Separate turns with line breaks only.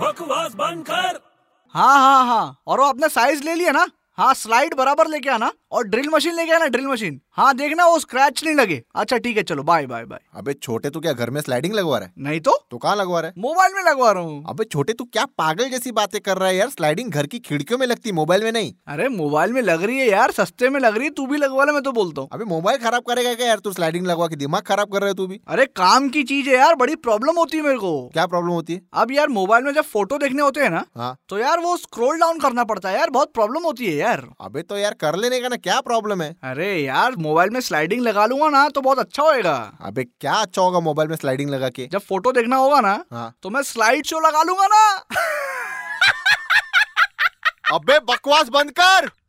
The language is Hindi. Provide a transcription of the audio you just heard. बकवास बंद कर
हाँ हाँ हाँ और वो अपने साइज ले लिया ना हाँ स्लाइड बराबर लेके आना और ड्रिल मशीन लेके आना ड्रिल मशीन हाँ देखना वो स्क्रैच नहीं लगे अच्छा ठीक है चलो बाय बाय बाय
अबे छोटे तू क्या घर में स्लाइडिंग लगवा रहा है
नहीं तो
तो कहाँ लगवा रहा है
मोबाइल में लगवा रहा हूँ
अबे छोटे तू क्या पागल जैसी बातें कर रहा है यार स्लाइडिंग घर की खिड़कियों में लगती मोबाइल में नहीं
अरे मोबाइल में लग रही है यार सस्ते में लग रही है तू भी लगवा ले मैं तो बोलता हूँ
अबे मोबाइल खराब करेगा क्या यार तू स्लाइडिंग लगवा के दिमाग खराब कर रहे तू भी
अरे काम की चीज है यार बड़ी प्रॉब्लम होती है मेरे को
क्या प्रॉब्लम होती है
अब यार मोबाइल में जब फोटो देखने होते हैं ना
हाँ
तो यार वो स्क्रॉल डाउन करना पड़ता है यार बहुत प्रॉब्लम होती है यार
अबे तो यार कर लेने का ना क्या प्रॉब्लम है
अरे यार मोबाइल में स्लाइडिंग लगा लूंगा ना तो बहुत अच्छा होएगा
अबे क्या अच्छा होगा मोबाइल में स्लाइडिंग लगा के
जब फोटो देखना होगा ना
हाँ
तो मैं स्लाइड शो लगा लूंगा ना
अबे बकवास बंद कर